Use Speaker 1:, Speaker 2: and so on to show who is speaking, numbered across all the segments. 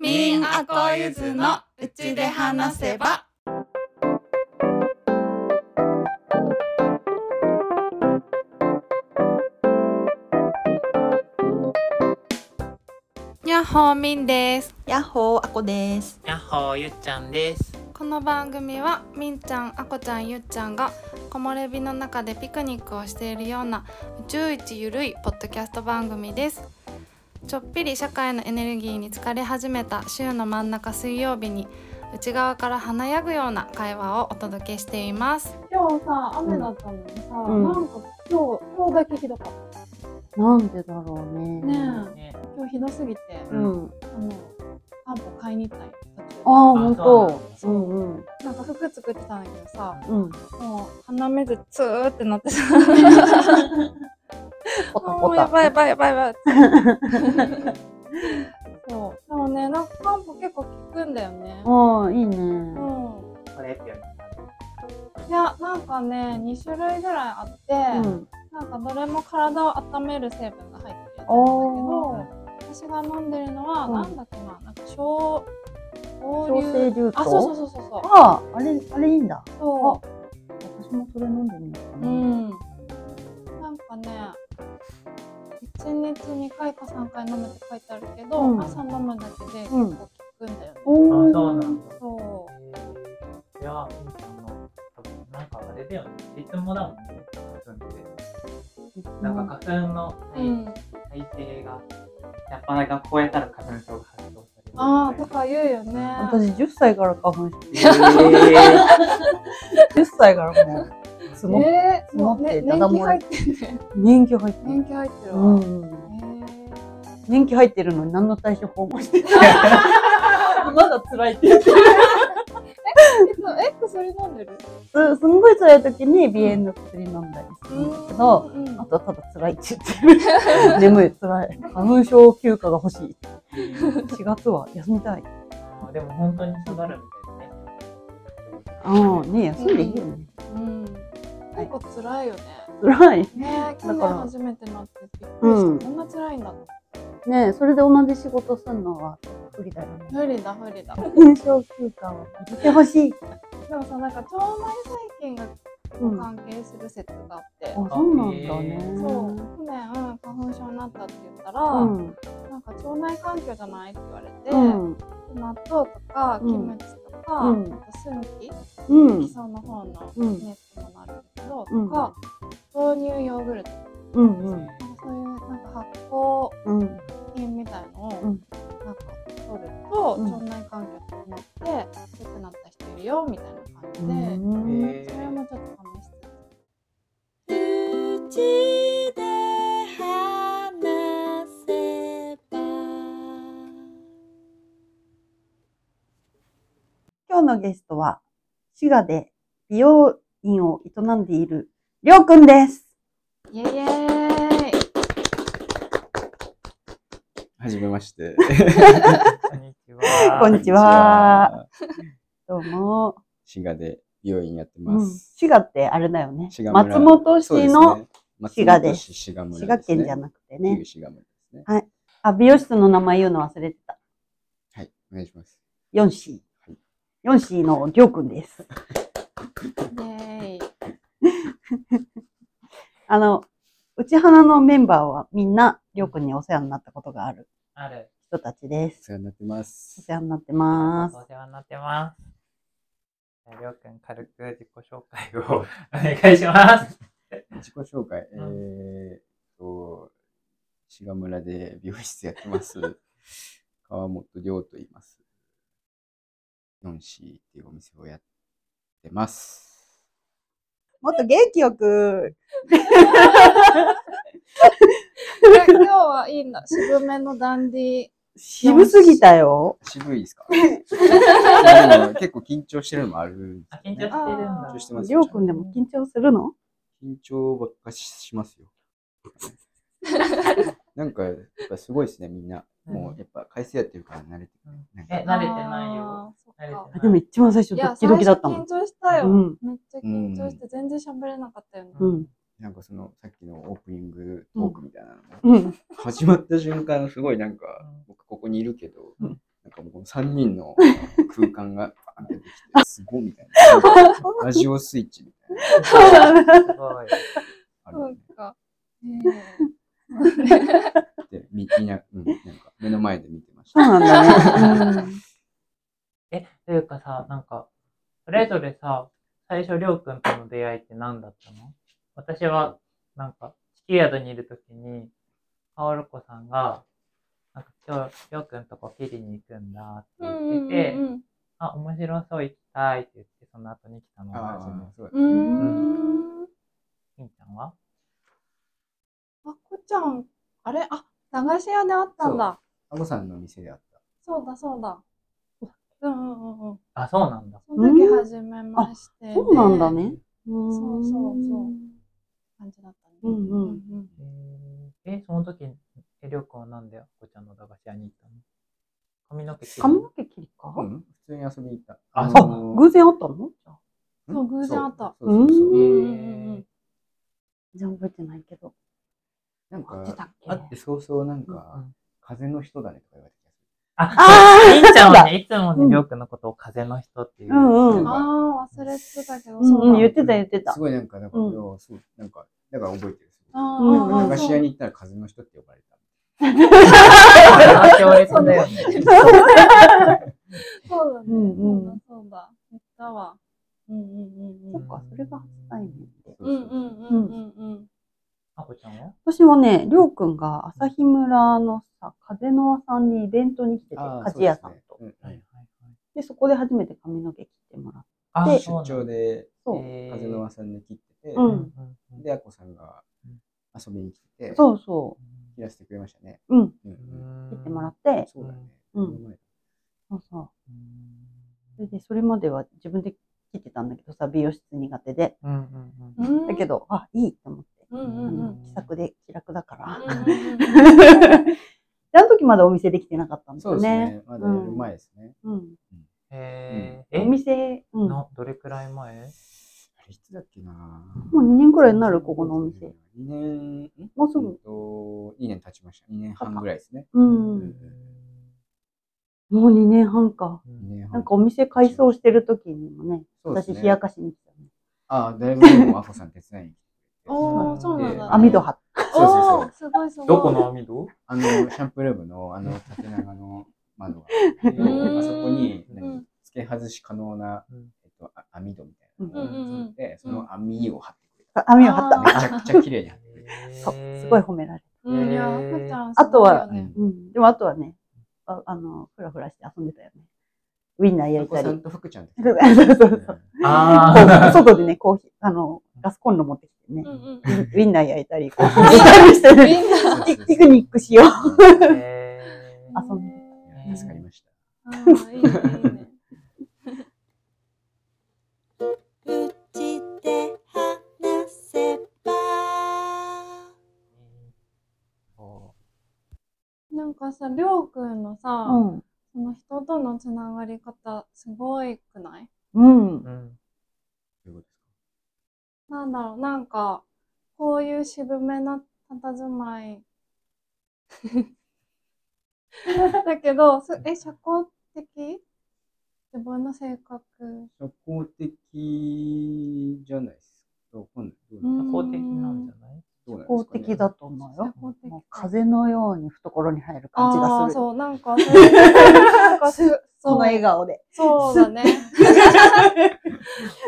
Speaker 1: ンアコユズのうちで話せば。やっほーみんです
Speaker 2: ヤッホーあこです。
Speaker 3: やっほーゆっちゃんです。
Speaker 1: この番組はみんちゃんあこちゃんゆっちゃんが木漏れ日の中でピクニックをしているような宇宙一ゆるいポッドキャスト番組ですちょっぴり社会のエネルギーに疲れ始めた週の真ん中水曜日に内側から華やぐような会話をお届けしています
Speaker 4: 今日さ、雨だったのにさ、
Speaker 2: ん
Speaker 4: なんか今日、今日だけひどかっ
Speaker 2: なんでだろうね。
Speaker 4: た。ねえ、
Speaker 3: ね、
Speaker 4: 今日ひどすぎて、
Speaker 2: う。
Speaker 3: う
Speaker 4: あ
Speaker 3: ん
Speaker 4: の、漢方買いに行ったんよ。
Speaker 2: ああ、ほんと。う
Speaker 4: そうん
Speaker 2: うん。
Speaker 4: なんか服作ってたんだけどさ、
Speaker 2: うん。
Speaker 4: もう鼻水ツーってなってさ、
Speaker 2: ポタ
Speaker 4: も
Speaker 2: ポ
Speaker 4: うや
Speaker 2: タ。
Speaker 4: ばいやばいやばいや ばいって。そう。でもね、なんか漢方結構効くんだよね。
Speaker 2: ああ、いいうね。
Speaker 4: ん。
Speaker 3: これっていうの
Speaker 4: いや、なんかね、2種類ぐらいあって、
Speaker 2: うん。
Speaker 4: なんかどれも体を温める成分が入ってるやつなんだけ
Speaker 2: お
Speaker 4: ど、私が飲んでるのは、
Speaker 2: うん
Speaker 4: なんだっけな、なんか小、
Speaker 2: 調
Speaker 4: 小
Speaker 2: 整
Speaker 4: 流。
Speaker 2: 流糖。
Speaker 4: あ、そうそうそうそうそう。
Speaker 2: ああ、あれ、あれいいんだ。
Speaker 4: そ
Speaker 2: 私もそれ飲んでみようか
Speaker 4: う。う
Speaker 2: な。
Speaker 4: ん。なんかね、一日2回か3回飲むって書いてあるけど、
Speaker 2: うん
Speaker 4: 朝飲むだけで結
Speaker 2: うん
Speaker 4: 構効くんだよね。
Speaker 2: お
Speaker 3: あそうな
Speaker 2: ー
Speaker 3: んだ。
Speaker 4: そ
Speaker 3: えーいや、みーちゃんの、多分なんかあれだよね。いつもだもんね。花粉ってなんか花粉の
Speaker 4: う。うん。
Speaker 3: 耐性が、やっぱなんか超えたら花粉症が発症される。
Speaker 4: ああ、とか言うよね。
Speaker 2: 私10歳から花粉症。
Speaker 3: え
Speaker 2: 10歳からもう、すごい。
Speaker 4: えー、もう
Speaker 2: 持って
Speaker 4: ね、
Speaker 2: ダ
Speaker 4: 年
Speaker 2: ダ
Speaker 4: 季
Speaker 2: 漏
Speaker 4: 入
Speaker 2: れ
Speaker 4: ってるね。
Speaker 2: 年季入って
Speaker 4: 年
Speaker 2: る。
Speaker 4: 季入ってる
Speaker 2: う
Speaker 4: わ。
Speaker 2: ん
Speaker 4: え
Speaker 2: うん。
Speaker 4: ー
Speaker 2: 年季入ってるのに何の対処法 もしてない。まだ辛いって言ってる。
Speaker 4: えそうえ、薬飲んでる
Speaker 2: すすんごい辛い時に鼻炎の薬飲んだりするんだけど、
Speaker 4: うんうん
Speaker 2: あとはただ辛いって言ってる。眠い、辛い。花粉症休暇が欲しい。
Speaker 3: ー
Speaker 2: 4月は休みたい。
Speaker 3: あーでも本当に下がるみたい
Speaker 2: ああ、ね休んでいいよね。
Speaker 4: うん。結構辛いよね。
Speaker 2: 辛い。
Speaker 4: ねえ、去
Speaker 2: だ
Speaker 4: 年
Speaker 2: から
Speaker 4: 初めてなってびっくりした。
Speaker 2: うん
Speaker 4: こんな辛いんだと。
Speaker 2: ねえそれで同じ仕事すんのは不利だよね。
Speaker 4: 不利だ不利だ。で
Speaker 2: 花粉症休暇を入れてほしい。
Speaker 4: もさ、なんか腸内細菌が
Speaker 2: うん。あ、
Speaker 4: 関係する説があって、
Speaker 2: そうなんだね。
Speaker 4: そう、去年花粉症になったって言ったら、
Speaker 2: うん。
Speaker 4: なんか腸内環境じゃないって言われて、
Speaker 2: うん。
Speaker 4: 納豆とか
Speaker 2: う
Speaker 4: キ
Speaker 2: ん
Speaker 4: ムチとか、
Speaker 2: うん
Speaker 4: あとスンキ、
Speaker 2: う
Speaker 4: 基
Speaker 2: ん。
Speaker 4: 礎の方の
Speaker 2: うん
Speaker 4: 熱もなるんだけど、
Speaker 2: うん
Speaker 4: とか、豆乳ヨーグルトとか、
Speaker 2: うん。う。
Speaker 3: なんね。
Speaker 4: そういうなんか発酵
Speaker 2: うん。
Speaker 4: 菌みたいのを、
Speaker 2: うん
Speaker 4: なんか取ると、
Speaker 2: うん
Speaker 4: 腸内環境整って良くなった人いるよみたいな感じで、
Speaker 2: うん。
Speaker 3: え
Speaker 4: それもちょっと試して
Speaker 1: うちで話せば
Speaker 2: 今日のゲストは、滋賀で美容院を営んでいるりょうくんです。
Speaker 4: イエイエーイ
Speaker 5: はじめ まして。
Speaker 3: こんにちは。
Speaker 2: こんにちは。どうも。
Speaker 5: 滋賀で病院やって
Speaker 2: う
Speaker 5: ま
Speaker 2: ん
Speaker 5: す。
Speaker 2: 滋賀ってあれだよね
Speaker 5: 滋。賀
Speaker 2: 松
Speaker 5: 村
Speaker 2: 本市の、
Speaker 5: そう
Speaker 2: 滋賀です
Speaker 5: 松本市滋賀村
Speaker 2: 滋賀県じゃ
Speaker 5: く
Speaker 2: なくて
Speaker 5: て
Speaker 2: ね。
Speaker 5: 滋賀村ですね。
Speaker 2: あ、美容室の名前言うの忘れてた。
Speaker 5: はい、お願いします。
Speaker 2: ヨンシ
Speaker 5: は
Speaker 2: ー
Speaker 5: い。
Speaker 2: ヨンシーのりょうくんで す。
Speaker 4: イエーイ
Speaker 2: あの、うち花のメンバーはみんなりょうくんにお世話になったことがある
Speaker 3: ある。
Speaker 2: 人たちで
Speaker 5: お
Speaker 2: す。
Speaker 5: 世話になってま
Speaker 2: お
Speaker 5: す。
Speaker 2: 世話になってます。
Speaker 3: お世話になってます。じゃありょうくん、軽く自己紹介をお願いします。
Speaker 5: 自己紹介。え
Speaker 3: う
Speaker 5: ーっと、滋賀村で美容室やっ てます。川本亮と言います。ヨンシーっていうお店をやってます。
Speaker 2: もっと元気よ く。
Speaker 4: え今日はいいんだ渋めのダンディ
Speaker 2: 渋すぎたよ。
Speaker 5: 渋いで すかでも結構緊張してるのもあるんです
Speaker 3: あ
Speaker 5: よ、
Speaker 3: 緊張して
Speaker 5: ね
Speaker 3: るん。だ。
Speaker 5: 緊張してます
Speaker 2: りょうくんでも緊張するの
Speaker 5: 緊張ばっかししますよ。なんか、やっぱすごいですね、みんな。
Speaker 3: うん
Speaker 5: もう、やっぱ、回数やってるから慣れてくる
Speaker 3: うん。
Speaker 5: なんか
Speaker 3: え、慣れてないよ。
Speaker 4: あーそっ
Speaker 3: 慣れて
Speaker 4: か
Speaker 3: ない。
Speaker 2: でも一番最初
Speaker 4: い
Speaker 2: ドッ
Speaker 4: や
Speaker 2: キドキだった
Speaker 4: 最
Speaker 2: もん。
Speaker 4: 初緊張したよ、
Speaker 2: うん
Speaker 4: めっちゃ緊張して全然喋れなかったよね、
Speaker 2: うん。
Speaker 5: なんかその、さっきのオープニングトークみたいなのも、
Speaker 2: うん。
Speaker 5: 始まった瞬間、すごいなんか
Speaker 3: うん、
Speaker 5: 僕ここにいるけど、
Speaker 2: うん
Speaker 5: なんかもうこの、3人の空間がバーンって出てきて、すごいみたいな。ラジオスイッチみたいな。
Speaker 3: す ごい。
Speaker 5: ある
Speaker 4: そ
Speaker 5: よ
Speaker 4: う
Speaker 5: ね
Speaker 4: か。
Speaker 5: で、み、みな、うん、なんか、目の前で見てまし
Speaker 2: そう
Speaker 5: た。
Speaker 2: なんだね。
Speaker 3: え、というかさ、なんか、それぞれさ、最初、りょうくんとの出会いって何だったの私は、なんか、地球宿にいるときに、かおるこさんが、なんか、今日、りょうくんとこピリに行くんだって言ってて、
Speaker 4: うん
Speaker 3: あ、面白そう、行きたいって言って、その後に来たの
Speaker 5: あ
Speaker 3: が
Speaker 5: あ
Speaker 3: 初め
Speaker 5: ー、
Speaker 3: て。
Speaker 5: すごい。
Speaker 4: うんうん。うーん。
Speaker 3: みんちゃんは
Speaker 4: あこちゃん、あれあ、駄菓子屋であったんだ。
Speaker 5: あこさんの店であった。
Speaker 4: そうだそうだ。うんうんうんうん。
Speaker 3: あ、そうなんだ。
Speaker 4: その時初めまして、ね。
Speaker 2: そうなんだね。
Speaker 4: そうそうそう。感じだったね。
Speaker 2: うんうん
Speaker 4: うん。
Speaker 3: えー、えその時、え、りょうくんはなんで、あこちゃんの駄菓子屋に行ったの髪の毛切る
Speaker 2: 髪の毛切りか
Speaker 5: うん、普通に遊びに行った。
Speaker 3: あ
Speaker 5: の
Speaker 3: そう
Speaker 2: 偶然あったのじゃあ
Speaker 5: ん
Speaker 4: そう偶然あった
Speaker 5: そうそうそう
Speaker 2: う
Speaker 5: そう。
Speaker 3: え
Speaker 4: うんうんう
Speaker 3: ー
Speaker 4: ん、
Speaker 2: 全然覚えてないけど。
Speaker 5: なん
Speaker 2: あってた
Speaker 5: か、
Speaker 2: っけ
Speaker 5: 会って早々なん
Speaker 3: うん
Speaker 5: か、風の人だねとか言われて
Speaker 3: あ、
Speaker 2: あ
Speaker 3: りんちゃんは
Speaker 2: だ
Speaker 3: ね、いつもね、りょうくんのことを風の人っていう。
Speaker 2: うんうん
Speaker 4: ああ、忘れてたけど、
Speaker 2: うん
Speaker 4: そう
Speaker 2: 言
Speaker 4: だ。
Speaker 2: ってた言ってた
Speaker 5: す。ごいなんか、だから、
Speaker 2: う
Speaker 5: い
Speaker 2: ん
Speaker 5: やそう、なんか、だから覚えてる。すごい
Speaker 4: あー
Speaker 2: うんうん
Speaker 4: あー
Speaker 5: 駄菓
Speaker 4: そう
Speaker 5: 子屋に行ったら風の人って呼ばれた。
Speaker 3: あ強烈だよね。
Speaker 4: そうだね。
Speaker 2: うんうん
Speaker 4: そうだそうだ。言ったわ。うんうんうんう
Speaker 2: そ
Speaker 4: ん。
Speaker 2: っか、それが初対面で。
Speaker 5: そう
Speaker 4: うん
Speaker 5: そう
Speaker 4: う
Speaker 5: そ
Speaker 4: う
Speaker 5: うん
Speaker 4: んうんうん。
Speaker 3: あこちゃんは
Speaker 2: 私はね、りょうくんが朝日村のさ、風の輪さんにイベントに来てて、
Speaker 5: あー
Speaker 2: 鍛冶屋さんと
Speaker 5: そ。うですねうんうん
Speaker 2: で、そこで初めて髪の毛切ってもらって。
Speaker 3: あ
Speaker 2: で
Speaker 3: そうなんだ
Speaker 5: 出張で、
Speaker 2: そう。
Speaker 3: えー
Speaker 5: 風の輪さんに切ってて、
Speaker 2: う
Speaker 3: うんんうん
Speaker 5: で、あこさんが遊びに来てて、
Speaker 2: そうそ
Speaker 5: 切らせてくれましたね。
Speaker 2: う。うん。
Speaker 5: う
Speaker 3: うんん
Speaker 2: 切ってもらって。
Speaker 5: そうだね。
Speaker 2: うん
Speaker 5: この前
Speaker 2: そうそう。
Speaker 3: うん
Speaker 2: それで、それまでは自分で切ってたんだけどさ、美容室苦手で。
Speaker 3: うんうんうん
Speaker 4: うん
Speaker 2: だけど、あ、いいと思って。
Speaker 4: うんうん
Speaker 2: あ
Speaker 4: うん。うん
Speaker 2: の、気さくで気楽だから。
Speaker 4: うんうん
Speaker 2: で、あの時まだお店できてなかったんだ
Speaker 5: そう
Speaker 2: よ
Speaker 5: です
Speaker 2: ね。
Speaker 5: ね。まだやる前ですね。
Speaker 2: うん。
Speaker 3: えー
Speaker 2: お
Speaker 3: え、
Speaker 2: 店、うん。も
Speaker 3: のどれくらい前
Speaker 5: あれいつだっけな
Speaker 2: う2年くらいになる、ここのお店。。
Speaker 5: 2年、ん
Speaker 2: もうす
Speaker 5: うん
Speaker 2: ぐ。
Speaker 5: と、2年経ちました。2年半ぐらいですね。
Speaker 2: う。
Speaker 5: うん
Speaker 2: もう2年半か。
Speaker 5: 2年半
Speaker 2: なんかお店改装してる時にもね、
Speaker 5: そうです
Speaker 2: 私
Speaker 5: ね
Speaker 2: 冷やかしに来たね。
Speaker 5: ああ、だいぶでもアコさん手伝いに来てくれて。
Speaker 4: おー、そうなんだ、ね。
Speaker 2: 網戸張って。
Speaker 5: そうそうそう
Speaker 4: おーすごいすごい。
Speaker 3: どこの網戸
Speaker 5: あの、シャンプールームの、あの、縦長の窓が、
Speaker 3: う
Speaker 4: ーん
Speaker 5: あそこに、
Speaker 4: う
Speaker 5: 何
Speaker 4: ん
Speaker 5: 付け外し可能な
Speaker 3: うん、
Speaker 5: えっと、あ網戸みたいな
Speaker 3: うんうん
Speaker 5: の
Speaker 4: う
Speaker 5: を
Speaker 4: ん
Speaker 5: で、その網を張ってくれた。
Speaker 2: 網を張った。
Speaker 4: あ
Speaker 5: めちゃくちゃ綺麗に張ってくれ
Speaker 2: そうすごい褒められた。
Speaker 4: うん、いや、
Speaker 3: えー
Speaker 4: ふっちゃん、
Speaker 2: あとは
Speaker 4: すごいよね
Speaker 2: うん。でもあとはね、ああの、ふらふらして遊んでたよね。ウィンナー
Speaker 5: た。
Speaker 2: や
Speaker 5: ア
Speaker 2: り
Speaker 5: コ
Speaker 2: た
Speaker 5: さ
Speaker 2: り。
Speaker 5: んと福ちゃんって。
Speaker 2: そうそうそうそう。
Speaker 3: あ
Speaker 2: こ
Speaker 3: ー
Speaker 2: う外でね、コーヒー、あの、ガスコンロ持ってきてね
Speaker 4: う、んうん
Speaker 2: ウィンウィンナー焼いたり、コーヒーしたりして
Speaker 4: み
Speaker 2: ね、
Speaker 4: んな。
Speaker 5: そうそうそう
Speaker 2: ピクニックしよう。
Speaker 3: え ー
Speaker 2: 遊んで
Speaker 5: いや助かりました。
Speaker 4: あーいいね、いいね。
Speaker 6: 口で話せば
Speaker 3: そ
Speaker 4: なんかさ、りょうくんのさ、
Speaker 2: うん。
Speaker 4: その人とのつながり方、すごいくない
Speaker 2: うん
Speaker 3: う。うん
Speaker 5: ということですか
Speaker 4: なんだろう、なんか、こういう渋めな佇まい。 だけど、すえ、社交的自分の性格。
Speaker 5: 社交的じゃないですか。わかんない。どう
Speaker 4: う
Speaker 5: なん
Speaker 4: ん
Speaker 3: 公的なんじゃない
Speaker 5: どうなん
Speaker 2: 公
Speaker 5: ですかね
Speaker 2: 的だと思う
Speaker 4: 社
Speaker 2: よ。
Speaker 4: 交的
Speaker 2: もう
Speaker 4: か。
Speaker 2: 風のように懐に入る感じ
Speaker 4: あ
Speaker 2: が
Speaker 4: あ、
Speaker 2: する。
Speaker 4: そう、なんか、そういうなんかす
Speaker 2: その
Speaker 4: そう
Speaker 2: 笑顔で。
Speaker 4: そうだね。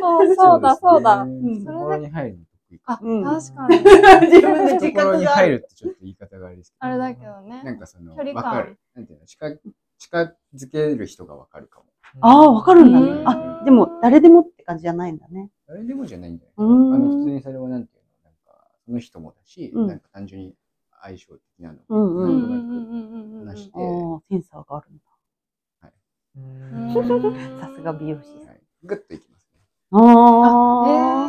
Speaker 4: そう、そうだ、そうだ。
Speaker 5: ですね心に入るの得意か。
Speaker 4: あ、
Speaker 2: うん
Speaker 4: 確かに。
Speaker 2: 自分
Speaker 5: 心に
Speaker 2: あ
Speaker 5: 入
Speaker 2: る。
Speaker 5: るってちょっと言い方があれですけど。
Speaker 4: あれだけど
Speaker 5: な
Speaker 4: ね。
Speaker 5: んかその、
Speaker 4: 距離
Speaker 5: わ
Speaker 4: 感
Speaker 5: かる。なんていうの、近、近づける人がわかるかも。
Speaker 2: ああ、わかるんだね
Speaker 4: う。ん
Speaker 2: あ、でも誰でもって感じじゃないんだね。
Speaker 5: 誰でもじゃないんだよね。
Speaker 2: う
Speaker 5: あの、
Speaker 2: ん。
Speaker 5: 普通
Speaker 2: うん
Speaker 5: にそれはなんていうの、なんか、その人もだし、
Speaker 2: うん
Speaker 5: なんか単純に相性的なの。
Speaker 2: うん
Speaker 4: う
Speaker 2: うん
Speaker 4: うん
Speaker 2: ん。
Speaker 4: うんうんうんうん。
Speaker 5: 話して
Speaker 2: あーセンサーがあるんだ。
Speaker 4: うん
Speaker 2: さすが美容師
Speaker 5: はい。グッといきますね。
Speaker 2: あ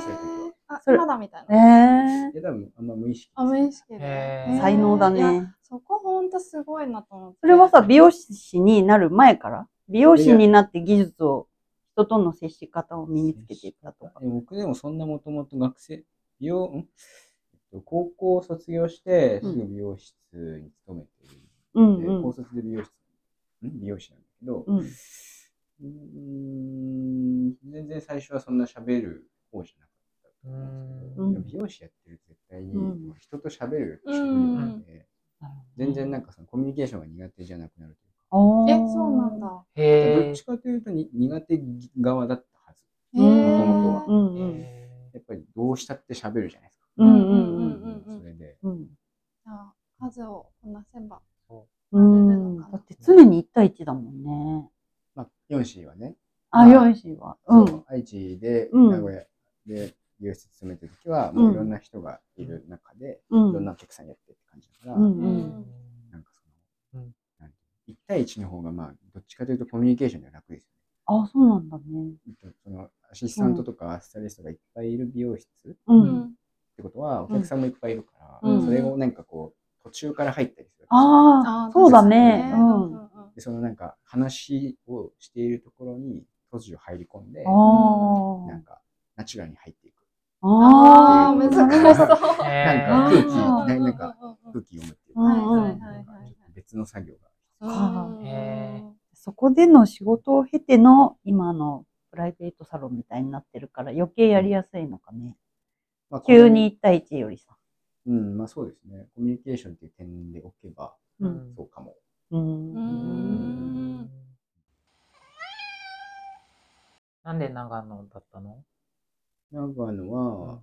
Speaker 5: そういうこ
Speaker 4: あ、
Speaker 2: それ
Speaker 4: まだみたい
Speaker 2: あ。え
Speaker 4: な。
Speaker 2: え。
Speaker 5: いや、多分、あんま無意識。
Speaker 4: あ、無意識
Speaker 3: へ
Speaker 4: で
Speaker 3: ー。
Speaker 2: 才能だ
Speaker 4: いや。
Speaker 2: ね。
Speaker 4: そこほんとすごいなと思って。
Speaker 2: それはさ、美容師になる前から美容師になって技術を、人との接し方を身につけていったとか。
Speaker 5: え僕でもそんなもともと学生、美容、んえっと高校を卒業して、すぐ美容室に勤めている
Speaker 2: うん
Speaker 5: で、
Speaker 2: うん
Speaker 5: 高。卒で美容室、ん美容師なんでけど、
Speaker 2: うん
Speaker 5: うーん全然最初はそんな喋る方じゃなかったと思うんですけど、
Speaker 2: うん
Speaker 5: でも美容師やってると絶対に
Speaker 2: うん
Speaker 5: 人と喋る職業なので、全然なんんかそのコミュニケーションが苦手じゃなくなるというか、
Speaker 2: あー
Speaker 4: え、そうなんだ。
Speaker 5: どっ
Speaker 3: へ
Speaker 5: ちかというとに苦手側だったはず。
Speaker 4: へー
Speaker 5: 元々は
Speaker 2: うん
Speaker 3: ー
Speaker 2: うん。
Speaker 3: へ
Speaker 5: やっぱりどうしたって喋るじゃないですか。
Speaker 2: うんうん
Speaker 4: う
Speaker 2: うんん
Speaker 4: うんうん
Speaker 5: それで、
Speaker 2: うん
Speaker 4: じゃあ、数をこなせば。
Speaker 2: うん。だって常に1対1だもんね。
Speaker 5: まあ、ヨンシーはね、
Speaker 2: あ、よいしは。う
Speaker 5: そ
Speaker 2: ん。
Speaker 5: う愛知で、
Speaker 2: うん
Speaker 5: 名古屋で美容室勤めてる時は、もういろんな人がいる中で、
Speaker 2: う
Speaker 5: いろん
Speaker 2: ん。
Speaker 5: なお客さんやってって感じだから、
Speaker 2: うん
Speaker 3: ー
Speaker 2: うん。
Speaker 5: なんかその、
Speaker 3: うん
Speaker 5: なんていうの1対1の方が、まあ、どっちかというとコミュニケーションでは楽ですよね。
Speaker 2: あ、そうなんだね。
Speaker 5: そのアシスタントとかスタイリストがいっぱいいる美容室っ
Speaker 2: う。。
Speaker 4: うん
Speaker 5: てことは、お客さんもいっぱいいるから、
Speaker 2: うん
Speaker 5: それをなんかこう、途中から入ったりする。
Speaker 2: ああ、そうだ
Speaker 4: 確か
Speaker 2: ね。う
Speaker 4: に
Speaker 2: ん。
Speaker 4: う
Speaker 2: あ
Speaker 4: んうん
Speaker 5: で、そのなんか話をしているところに突如入り込んで、なんかナチュラルに入っていく。
Speaker 4: あ
Speaker 2: あ
Speaker 4: ー、
Speaker 2: ー、
Speaker 4: 難しそう。
Speaker 5: なんか 空気、
Speaker 2: あ
Speaker 5: ななんか
Speaker 4: うんうんうん
Speaker 5: 空気読むっていうか、
Speaker 2: うんう
Speaker 4: はい
Speaker 2: ん
Speaker 4: はいはいはいはい
Speaker 5: 別の作業が。
Speaker 2: か
Speaker 3: へ
Speaker 2: そこでの仕事を経ての今のプライベートサロンみたいになってるから余計やりやすいのかね。
Speaker 5: まあ
Speaker 2: 急に。1対1よりさ。
Speaker 5: コミュニうん、まあそうですね。コミュニケーションっていう点でおけば、
Speaker 2: う
Speaker 3: うんん
Speaker 5: そうかも。
Speaker 2: うん。
Speaker 4: う
Speaker 3: うん
Speaker 4: ん。
Speaker 3: なんで長野だったの
Speaker 5: 長野は、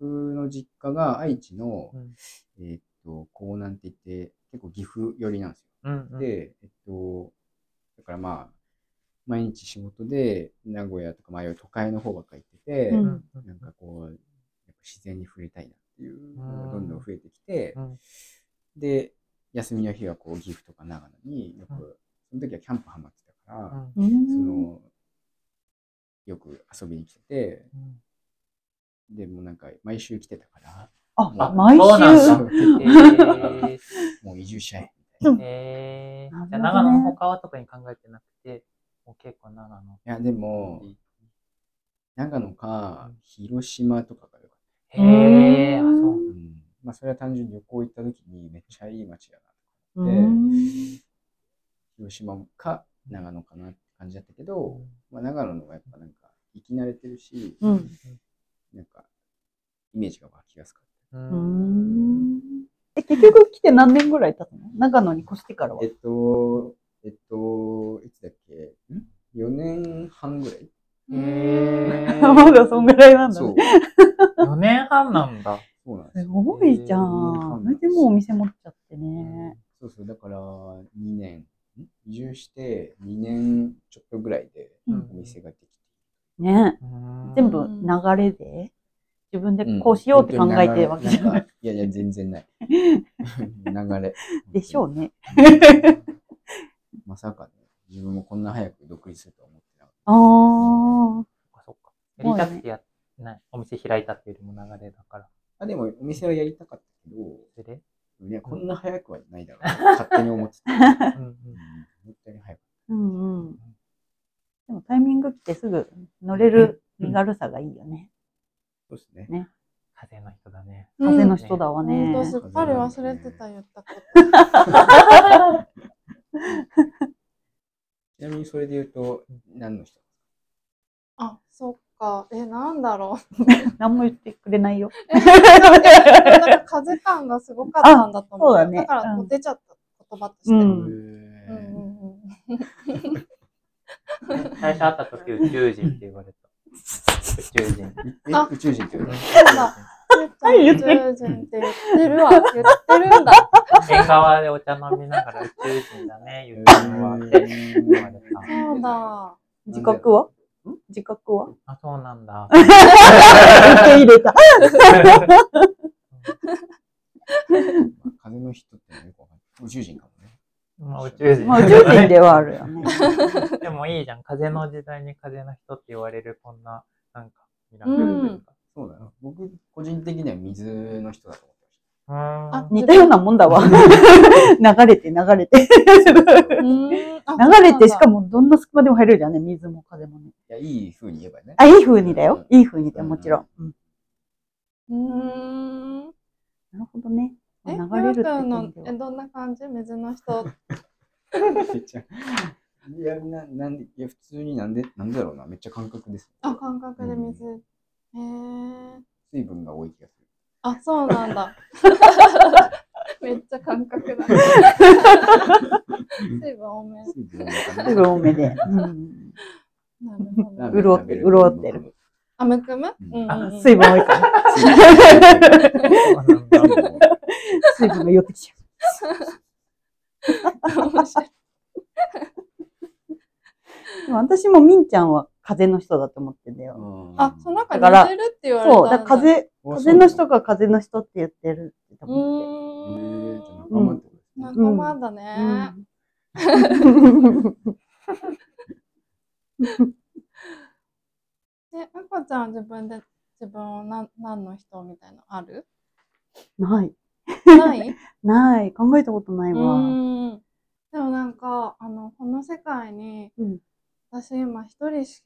Speaker 5: 僕の実家が愛知の、
Speaker 3: うん
Speaker 5: えーっと、江南って言って、結構岐阜寄りなんですよ。
Speaker 3: うんうん
Speaker 5: で、えっと、だからまあ、毎日仕事で名古屋とか、まあ、都会の方ばっか行ってて、
Speaker 2: う
Speaker 3: うんうん
Speaker 5: なんかこう、やっぱ自然に触れたいなっていうの
Speaker 3: うん
Speaker 5: がどんどん増えてきて、
Speaker 3: うん
Speaker 5: で、休みの日はこう、岐阜とか長野によく、その時はキャンプハマってたから、
Speaker 3: うん
Speaker 5: その、よく遊びに来てて、
Speaker 3: うん
Speaker 5: でもうなんか毎週来てたから、
Speaker 2: あ、
Speaker 5: あ
Speaker 2: 毎
Speaker 3: そうなん
Speaker 2: 週
Speaker 3: だ。 へ
Speaker 5: もう移住しちゃえ。
Speaker 3: ー
Speaker 5: みたいな
Speaker 3: へー
Speaker 2: なるほどね
Speaker 3: じゃあ長野の他は特に考えてなくて、もう結構長野。
Speaker 5: いや、でも、長野か、広島とかがよかっ
Speaker 3: へえ、あ、そう
Speaker 5: た。うん。まあ、それは単純に旅行行った時にめっちゃいい街だな
Speaker 2: う
Speaker 5: で
Speaker 2: ん。
Speaker 5: 広島か長野かなって感じだったけど、まあ、長野の方がやっぱなんか生き慣れてるし、
Speaker 2: うん
Speaker 5: なんかイメージが湧きやすかっ
Speaker 2: う
Speaker 3: なんだ。
Speaker 2: ん。え、結局来て何年ぐらい経ったの長野に越してからは
Speaker 5: た。え。っと、えっと、いつだっけん ?4 年半ぐらい
Speaker 3: へえ。
Speaker 2: まだそんぐらいなんだ
Speaker 5: そう
Speaker 2: ね。。
Speaker 3: 4年半なんだ。
Speaker 5: そうなんです
Speaker 2: す
Speaker 5: よ。
Speaker 2: ごいじゃ
Speaker 5: うん
Speaker 2: ん。それでもうお店持っちゃってね。
Speaker 5: そうそう、だから2年、ん移住して2年ちょっとぐらいで
Speaker 2: う
Speaker 5: お
Speaker 2: ん
Speaker 5: 店ができて、
Speaker 2: ね。
Speaker 3: うん
Speaker 2: 全部流れで、自分で
Speaker 5: ん
Speaker 2: こうしようって考えてるわけじゃ
Speaker 5: 本当
Speaker 2: な
Speaker 5: に流れ
Speaker 2: い。
Speaker 5: んかいやいや、全 然ない。流れ。
Speaker 2: でしょうね。
Speaker 5: まさかね、自分もこんな早く独立するとは思ってなか
Speaker 2: あ
Speaker 5: っ
Speaker 2: あ。
Speaker 3: そっかそっか。やりたくてやってない。お店開いたっていうよりも流れだから。
Speaker 5: た。あでも、お店はやりたかったけど、
Speaker 3: そ れで
Speaker 5: いやこんな早くはないだろうな。 勝手に思ってた。う
Speaker 3: う
Speaker 5: ん
Speaker 3: んうん
Speaker 5: 本当に早く。
Speaker 2: うんうん。でもタイミングってすぐ乗れる身軽さがいいよね。
Speaker 5: そうですね。
Speaker 3: 風の人だね。
Speaker 4: うん
Speaker 2: 風の人だわ
Speaker 4: 本
Speaker 2: ね。
Speaker 4: 当すっかり忘れてた言ったこと。
Speaker 5: ちなみにそれで言うと、何の人
Speaker 4: あ、そっか。え、なんだろう。
Speaker 2: 何も言ってくれないよ。
Speaker 4: なんか風感がすごかったんだと思う。
Speaker 2: あそうだね
Speaker 4: から、
Speaker 2: うん
Speaker 4: もう出ちゃった言葉として。うん
Speaker 2: う
Speaker 4: うんん
Speaker 5: へ
Speaker 4: う
Speaker 5: ー
Speaker 4: んうん
Speaker 3: 最初会った時宇宙人って言われた。宇宙 人。
Speaker 5: え
Speaker 4: あ
Speaker 5: 宇宙人って言うの
Speaker 4: はい、言ってる。って言ってるわ。言ってるんだ。
Speaker 3: 縁側でお茶飲みながら宇宙人だね、言うのはって言われた。
Speaker 4: そうだ。
Speaker 2: 自覚はん自覚は
Speaker 3: あ、そうなん だ。
Speaker 2: 受け入れた。
Speaker 5: まあ風の人ってよくわかんない。宇宙人かもね。
Speaker 3: まあ宇宙人。
Speaker 2: まあ宇宙人ではあるよね。
Speaker 3: でもいいじゃん。風の時代に風の人って言われるこんな、なんか、ミラクルというか。
Speaker 5: そうだよ。僕、個人的には水の人だと思って
Speaker 3: うーん。
Speaker 2: 似たようなもんだわ。流れて流れて。
Speaker 4: う
Speaker 2: 流
Speaker 4: ーん。あ
Speaker 2: れてしか。もどんな隙間でも入れるじゃんね。水も風もね。
Speaker 5: ました。いや、いい風に言えばね。
Speaker 2: あ、いい風にだよ。いい風にだよ、もちろん。うん
Speaker 4: そうなんだう
Speaker 2: なるほどね。
Speaker 4: ーん。え、
Speaker 2: 流
Speaker 4: りょ
Speaker 2: れ
Speaker 4: う
Speaker 2: るって
Speaker 4: くん
Speaker 2: 意
Speaker 4: の
Speaker 2: 味で、
Speaker 4: え、
Speaker 2: は
Speaker 4: どんな感じ水の人。
Speaker 5: めっちゃいや、ななんで、いや、普通になんで、なんだろうな、めっちゃ感覚です。
Speaker 4: あ、感覚で水。
Speaker 5: う
Speaker 4: へえ。
Speaker 5: 水分が多い気がする。
Speaker 4: あ、そうなんだ。めっちゃ感覚だ。水分多め。
Speaker 5: 水分多いかな
Speaker 2: すぐ多めで。うん
Speaker 4: なるほど。
Speaker 5: ラーメン食べると
Speaker 2: 潤ってる
Speaker 4: あ、むくむ
Speaker 5: うん
Speaker 4: うんうんうん
Speaker 2: 水分多いから。
Speaker 3: そうなんだ
Speaker 5: 水分多い
Speaker 2: 水分が寄ってきちゃ。
Speaker 4: 面白いう
Speaker 2: でも私もみんちゃんは風邪の人だと思ってんだよ。
Speaker 4: あ、そう、なんか
Speaker 2: だから
Speaker 4: 似てるって言われた
Speaker 2: そう、だから風邪、
Speaker 5: うん
Speaker 2: 風邪の人が風邪の人って言ってるって多
Speaker 4: う
Speaker 2: 分って。
Speaker 5: え
Speaker 4: ー
Speaker 5: ー、
Speaker 4: ん
Speaker 5: じゃあ仲間ってことですね。
Speaker 4: 仲間だね。
Speaker 2: うん
Speaker 4: え、あこちゃんは自分で自分を何何の人みたいなのあ る
Speaker 2: ない。
Speaker 4: ない
Speaker 2: ない。考えたことないうわ。
Speaker 4: ーん。でもなんか、あの、この世界に、
Speaker 2: うん
Speaker 4: 私今一人し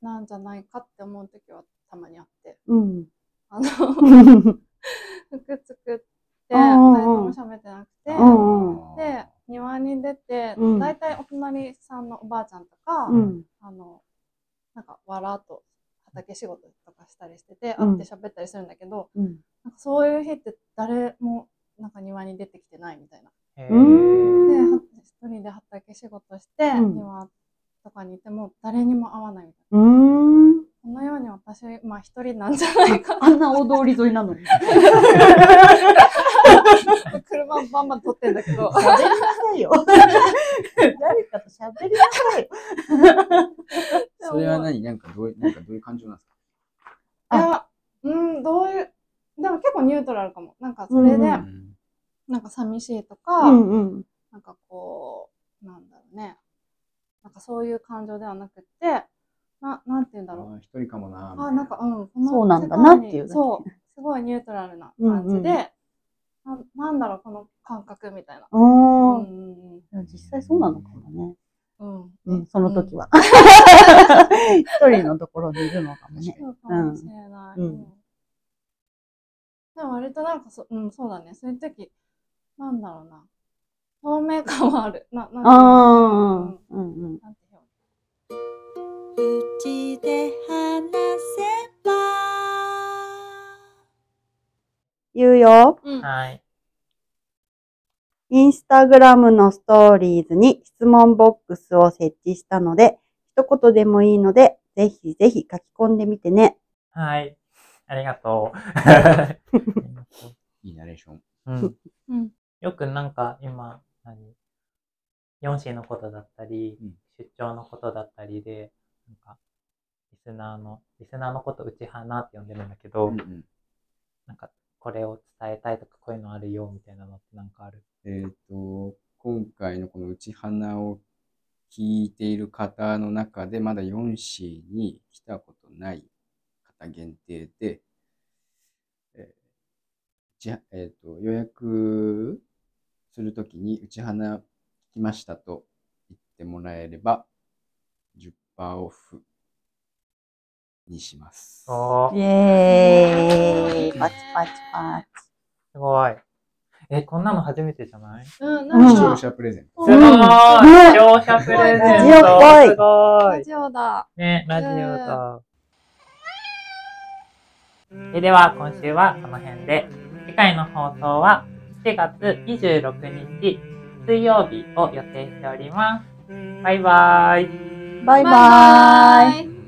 Speaker 4: なんじゃないかって思う時はたまにあって。
Speaker 2: うん。
Speaker 4: あの、
Speaker 2: う
Speaker 4: 服
Speaker 2: ん
Speaker 4: 作って、
Speaker 2: う
Speaker 4: 誰
Speaker 2: んうんうん
Speaker 4: とも喋ってなくて、
Speaker 2: うん。
Speaker 4: で、庭に出て、
Speaker 2: うん
Speaker 4: だいたいお隣さんのおばあちゃんとか、
Speaker 2: うん。
Speaker 4: あの、なんか、わらと畑仕事とかしたりしてて、
Speaker 2: うん
Speaker 4: 会って喋ったりするんだけど、
Speaker 2: うん。
Speaker 4: なんかそういう日って誰も、なんか庭に出てきてないみたいな。
Speaker 3: へ
Speaker 2: う
Speaker 3: ー
Speaker 2: ーん
Speaker 4: で、は一人で畑仕事して、
Speaker 2: うん
Speaker 4: 庭とかにいても誰にも会わないみたいな。
Speaker 2: うーん。
Speaker 4: このように私、まあ一人なんじゃないかな。
Speaker 2: あんな大通り沿いなのに。
Speaker 4: 車バンバン撮ってんだけ ど。
Speaker 2: 喋りなさいよ。誰かと喋りなさいよ。
Speaker 5: それは何なんかどういう、なんかどういう感情なんですか
Speaker 4: いや、うん、どういう、でも結構ニュートラルかも。なんかそれで、
Speaker 2: うんう
Speaker 4: なんか寂しいと
Speaker 2: う
Speaker 4: か、
Speaker 2: んうん。
Speaker 4: なんかこう、なんだろうね。なんかそういう感情ではなくって、な、なんて言うんだ
Speaker 5: あ
Speaker 4: ろ
Speaker 5: ー一人かもな
Speaker 4: う。
Speaker 5: みたい
Speaker 4: あ、なんか、うん、こ
Speaker 2: そうなんだなっていう
Speaker 4: 世界にそう、すごいニュートラルな感じで、ななんだろう、この感覚みたいな。うん
Speaker 2: うん。
Speaker 4: うん
Speaker 2: でも実際そうなのかもね。
Speaker 4: うん。
Speaker 2: う
Speaker 4: うん
Speaker 2: ん、その時
Speaker 4: は。
Speaker 2: は。一人のところにいるのかもね。
Speaker 4: そうかもしれない。
Speaker 2: うん
Speaker 4: うんでも割となんかそ、うん、そうだね。そういう時、なんだろうな。透明感はある。な、なん
Speaker 2: ああ、
Speaker 4: う
Speaker 2: うんんうん。
Speaker 4: なんて表現
Speaker 6: 口で話せば
Speaker 2: 言うよ。
Speaker 4: うん。
Speaker 3: はい。
Speaker 2: インスタグラムのストーリーズに質問ボックスを設置したので、一言でもいいので、ぜひぜひ書き込んでみてね。
Speaker 3: はい。ありがとうありがとう。
Speaker 5: いいナレーション。
Speaker 3: うん
Speaker 4: うん
Speaker 3: よくなんか今、何 ?4C のことだったり、
Speaker 5: うん
Speaker 3: 出張のことだったりで、なんか、リスナーの、リスナーのこと内花って呼んでるんだけど、
Speaker 5: うんうん
Speaker 3: なんか、これを伝えたいとか、こういうのあるよ、みたいなのってなんかある。
Speaker 5: えっと、今回のこの内花を聞いている方の中で、まだ 4C に来たことない方限定で、えーじゃ、えっ、と、予約するときに内花聞きましたと言ってもらえれば、10%オフにします。
Speaker 2: イエーイ。パチパチパ
Speaker 3: すごい。え、こんなの初めてじゃないす
Speaker 4: うん、な
Speaker 5: 視
Speaker 4: んか、
Speaker 5: 聴者プレゼント。
Speaker 4: う
Speaker 3: ご
Speaker 4: ん
Speaker 3: い
Speaker 2: ね
Speaker 3: 視聴者プレゼン
Speaker 2: ラジオっぽい
Speaker 3: トすご
Speaker 4: ラ
Speaker 3: い
Speaker 4: ジオだ。
Speaker 3: ね、ラジオだ。えでは、今週はこの辺で、次回の放送は7月26日水曜日を予定しております。バイバーイ。
Speaker 2: チ。バイバーイ。
Speaker 4: イ。